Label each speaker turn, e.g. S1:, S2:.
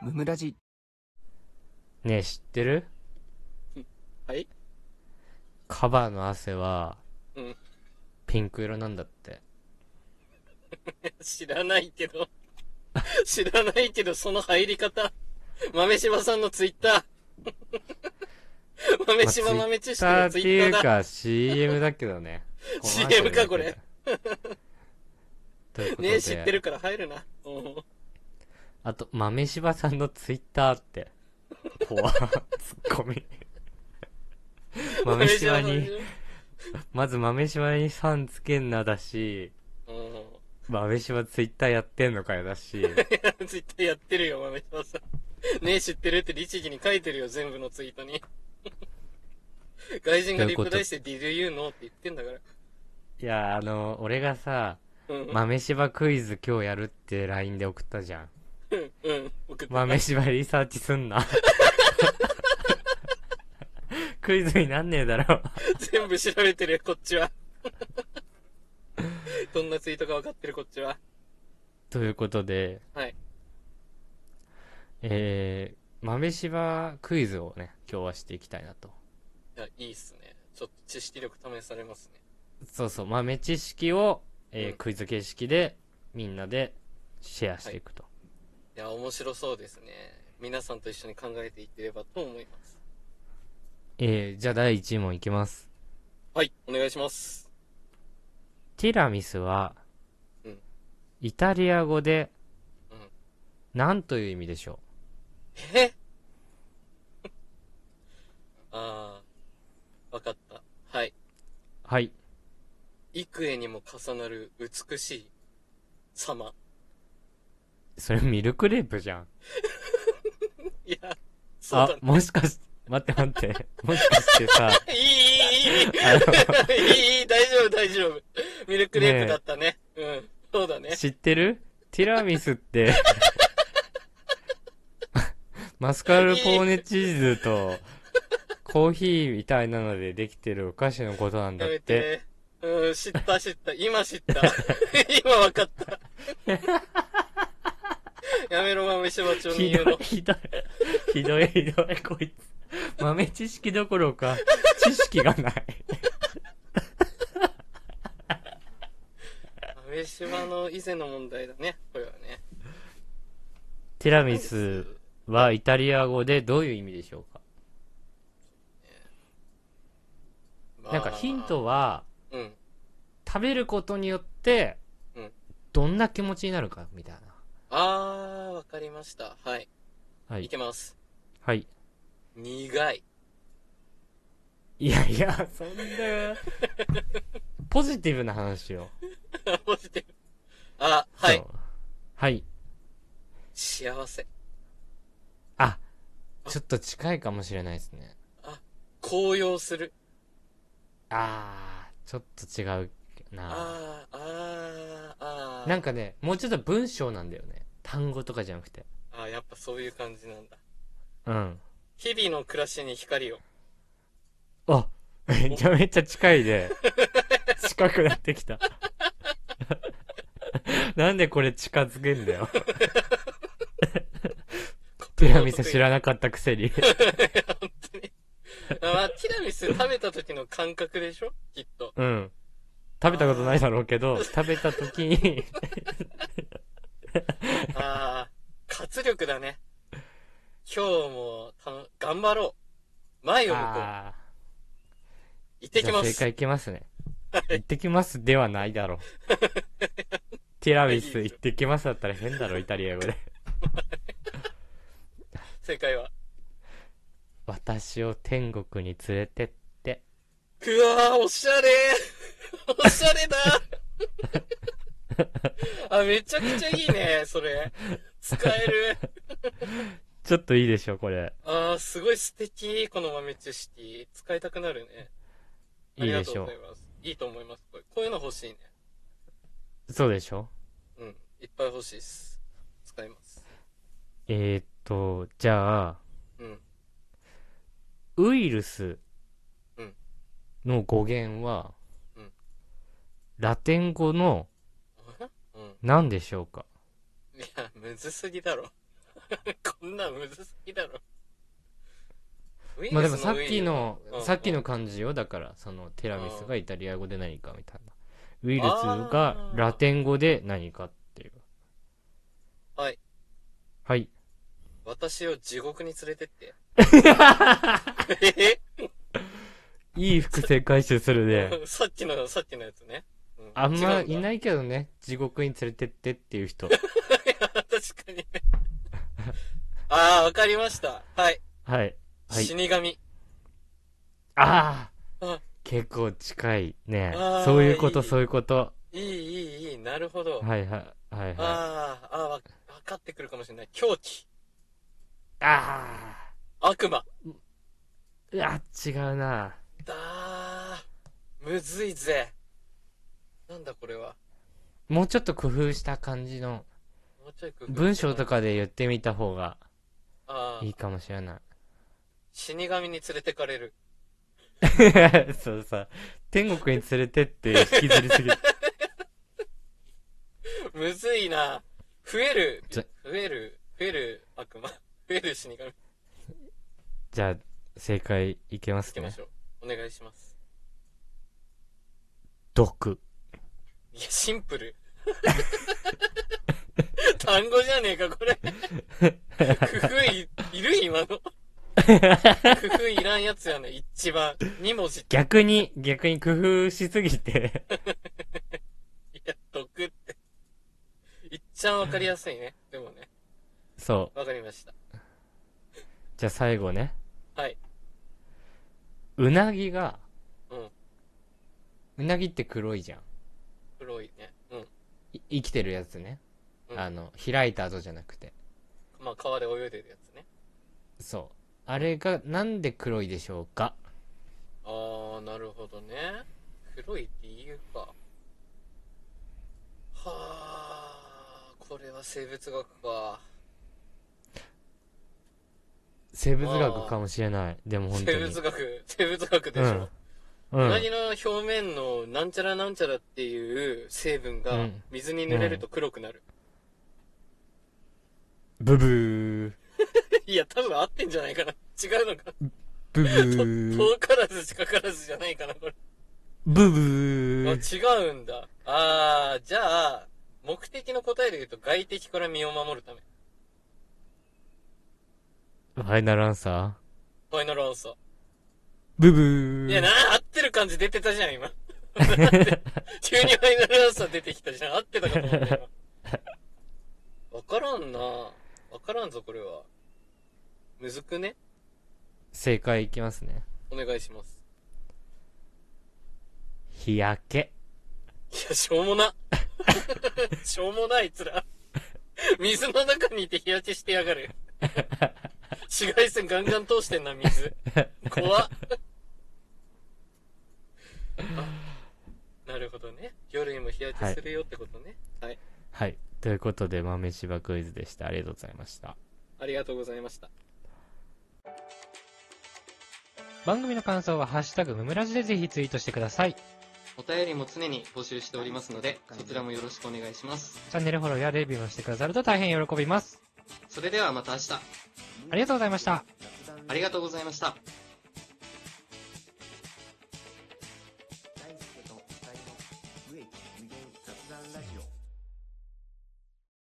S1: ムムラジ
S2: ねえ知ってる
S3: はい
S2: カバの汗は
S3: うん
S2: ピンク色なんだって
S3: 知らないけど。 知らないけど、その入り方。豆柴さんのツイッタ ー。豆柴
S2: まあ
S3: 豆知識
S2: さあ
S3: の
S2: っ
S3: ツ
S2: て
S3: イ
S2: い
S3: ッ
S2: う
S3: ターだ。
S2: か CM だけどね
S3: CM かこれ
S2: ということで
S3: ねえ、知ってるから入るな。うん
S2: あと豆柴さんのツイッターって怖ツッコ ミ豆柴に。まず豆柴にさんつけんなだし
S3: う
S2: 豆柴ツイッターやってんのかよだ し
S3: ん。ツイッターやってるよ、豆柴さん。ねえ、知ってるって律儀に書いてるよ、全部のツイ ートに。外人がリプライして Did you know? って言ってんだから。
S2: いやあの俺がさ
S3: うん。
S2: 豆柴クイズ今日やるって LINE で送ったじゃん
S3: うんうん。送って。
S2: 豆柴リサーチすんなクイズになんねえだろ
S3: 全部調べてるよ、こっちは。 どんなツイートか分かってる、こっちは。
S2: ということで
S3: はい
S2: えー、豆柴クイズをね今日はしていきたいなと
S3: いや、いいっすね。ちょっと知識力試されますね。
S2: そうそう豆知識を、えー
S3: うん
S2: クイズ形式でみんなでシェアしていくと、
S3: いや、面白そうですね。皆さんと一緒に考えていければと思います。
S2: えー、じゃあ第1問いきます
S3: はい、お願いします。
S2: ティラミスは、
S3: うん
S2: イタリア語で、
S3: うん
S2: なんという意味でしょ
S3: え ああ、分かった。はい。
S2: うはい
S3: 幾重にも重なる美しい様。
S2: それミルクレープじゃん
S3: いや、そう
S2: あ
S3: だ、ね。
S2: もしかし、待って待 って。もしかしてさ、
S3: いい、いい、いい。
S2: あ
S3: いいいい、大丈夫、大丈夫。ミルクレープだったね。うん。そうだ
S2: の、
S3: ね。
S2: 知ってるティラミス って、マスカルポーネチーズと、コーヒーみたいなのでできてるお菓子のことなんだ
S3: や
S2: っ
S3: め
S2: て。
S3: て。うん、知った、知った。今 知った。今分かった。やめろ、豆柴町に
S2: ひ
S3: 言う
S2: どい
S3: の、。
S2: ひどい、ひどい、ひどい、こいつ。豆知識どころか、知識がない。
S3: 豆柴の以前の問題だね。これはね。
S2: ティラミスはイタリア語でどういう意味でしょうか
S3: まあ
S2: なんかヒント。は、
S3: うん。
S2: 食べることによって
S3: うん、
S2: どんな気持ちになるか、みたいな。
S3: あー、わかりました。はい。、
S2: はいい。
S3: けます。
S2: はい。
S3: 苦い。
S2: いやいや、そんな、ポジティブな話を。
S3: ポジティブあ、はい
S2: そう。。はい。
S3: 幸せ。
S2: あ、ちょっと近いかもしれないですね。
S3: 高揚する。
S2: あー、ちょっと違うな。
S3: あー、あー、あー。
S2: なんかね、もうちょっと文章なんだよね。単語とかじゃなくて。
S3: あーやっぱそういう感じなんだ。
S2: うん。
S3: 日々の暮らしに光を。
S2: あ、めちゃめちゃ近い で。近くなってき た。なんでこれ近づけんだ よ。ティラミス知らなかったく せに。
S3: あまあ、ティラミス食べた時の感覚でしょきっと。
S2: うん。食べたことないだろうけど、食べた時 に、
S3: ああ、活力だね。今日もたの頑張ろう。前を向こう。
S2: ああ、
S3: 行って
S2: じ
S3: き
S2: ゃあ
S3: ま
S2: 正
S3: す。
S2: 解いきますね。行ってきますではない だろう。ティラミス行ってきますだったら変だろ、イタリア語で。
S3: 正解は。
S2: 私を天国に連れてって。
S3: うわー、おしゃれおしゃれ だあ、めちゃくちゃいいね、それ。使える。
S2: ちょっといいでしょ、これ。
S3: ああ、すごい素敵、この豆知識。使いたくなるね。あ
S2: いいで
S3: りがと
S2: し
S3: う
S2: ょ
S3: ございます。いいと思います。これこういうの欲しいね。
S2: う。そうでしょ
S3: うん。いっぱい欲しいです。使います。
S2: えー、っと、じゃあ、
S3: うん。
S2: ウイルス
S3: うん
S2: の語源は、
S3: うん
S2: ラテン語の
S3: うん。
S2: 何でしょうか
S3: いや、むずすぎだろ。 こんなんむずすぎだろ。
S2: まあでもさっきの
S3: うん、
S2: さっきの感じよ。だから、そのテラミスがイタリア語で何かみたいな。ウイルスが
S3: あー
S2: ラテン語で何かっていう。
S3: はい。
S2: はい。
S3: 私を地獄に連れて って。え
S2: いい伏線回収する ね。
S3: さっきの、さっきのやつね。う
S2: あんまい
S3: い。
S2: ないけどね、地獄に連れてってっていう人。
S3: 確かにね。ああ、わかりました。はい。
S2: はい。はい。
S3: 死神。
S2: ああ
S3: あ
S2: 結構近いね
S3: あ。ー
S2: そういうこと、
S3: いい
S2: そういうこと。
S3: いい、いい、いい。なるほど。
S2: はいはい、はいはい。あ
S3: ああ、ああ、わわかってくるかもしれない。狂気。
S2: あ
S3: 悪魔。
S2: ー。うわ、違うな。
S3: だー。むずいぜ。なんだこれは。
S2: もうちょっと工夫した感じの
S3: もうちょい工夫して
S2: 文章と。かで言ってみた方が
S3: ああ
S2: いい、かもしれない。
S3: 死神に連れてかれる。
S2: そうさ、天国に連れてって引きずり すぎ。
S3: むずいな。増える、増
S2: ぜ
S3: える、増える悪魔。増える死神。
S2: じゃあ、正解いけま
S3: つ
S2: す
S3: けま
S2: ね
S3: し。ょう。お願いします。
S2: 毒。
S3: いや、シンプル。 単語じゃねえか、これ。工夫い、いる今の。工夫いらんやつやね、一番。二文字。い
S2: 逆に、逆に工夫しすぎて。
S3: や、毒って。いっちゃんわかりやすいね。でもね。
S2: そ
S3: わかりました。
S2: う。じゃあ最後ね。
S3: はい。
S2: うなぎが、
S3: うん。
S2: うなぎって黒いじゃん。
S3: 黒いね。うん。
S2: い生きてるやつね、
S3: うん
S2: あの開いた後じゃなくて
S3: まあ、川で泳いでるやつね。
S2: そうあれがなんで黒いでしょうか
S3: ああなるほどね黒い理由かはあこれは生物学か
S2: 生物学かもしれないでも本当
S3: 生
S2: に
S3: 物学生物学でしょ、
S2: う、
S3: うん
S2: う、
S3: なんぎの表面のなんちゃらなんちゃらっていう成分
S2: う
S3: が
S2: ん
S3: 水に濡れると黒くなる、
S2: ブブー
S3: いや多分合ってんじゃない かな違うのか
S2: ブブ ー
S3: 遠からず近からずじゃないかなこれ
S2: ブブ
S3: あ
S2: ー
S3: 違うんだああじゃあ目的の答えで言うと外敵から身を守るため
S2: ファイナルアンサ
S3: ファイナルアンサー
S2: ーブブー
S3: いや、な、合ってる感じ出てたじゃん、今。 急にファイナルアンサー出てきたじゃん。合ってたかと思ったよわからんなわからんぞ、これは。むずくね
S2: 正解いきますね
S3: お願いします。
S2: 日焼け
S3: いや、しょうもな。 しょうもない、あいつら。水の中にいて日焼けしてやがる。紫外線ガンガン通してんな、水。怖っ。あなるほどね。夜にも日焼けするよってことね。はい
S2: はいということで豆柴クイズでしたありがとうございました
S3: ありがとうございました。
S2: 番組の感想は「ハッシュタグムムラジ」でぜひツイートしてください
S3: お便りも常に募集しておりますので、そちらもよろしくお願いします。
S2: チャンネルフォローやレビューもしてくださると大変喜びます
S3: それではまた明日、
S2: ありがとうございました
S3: ありがとうございました。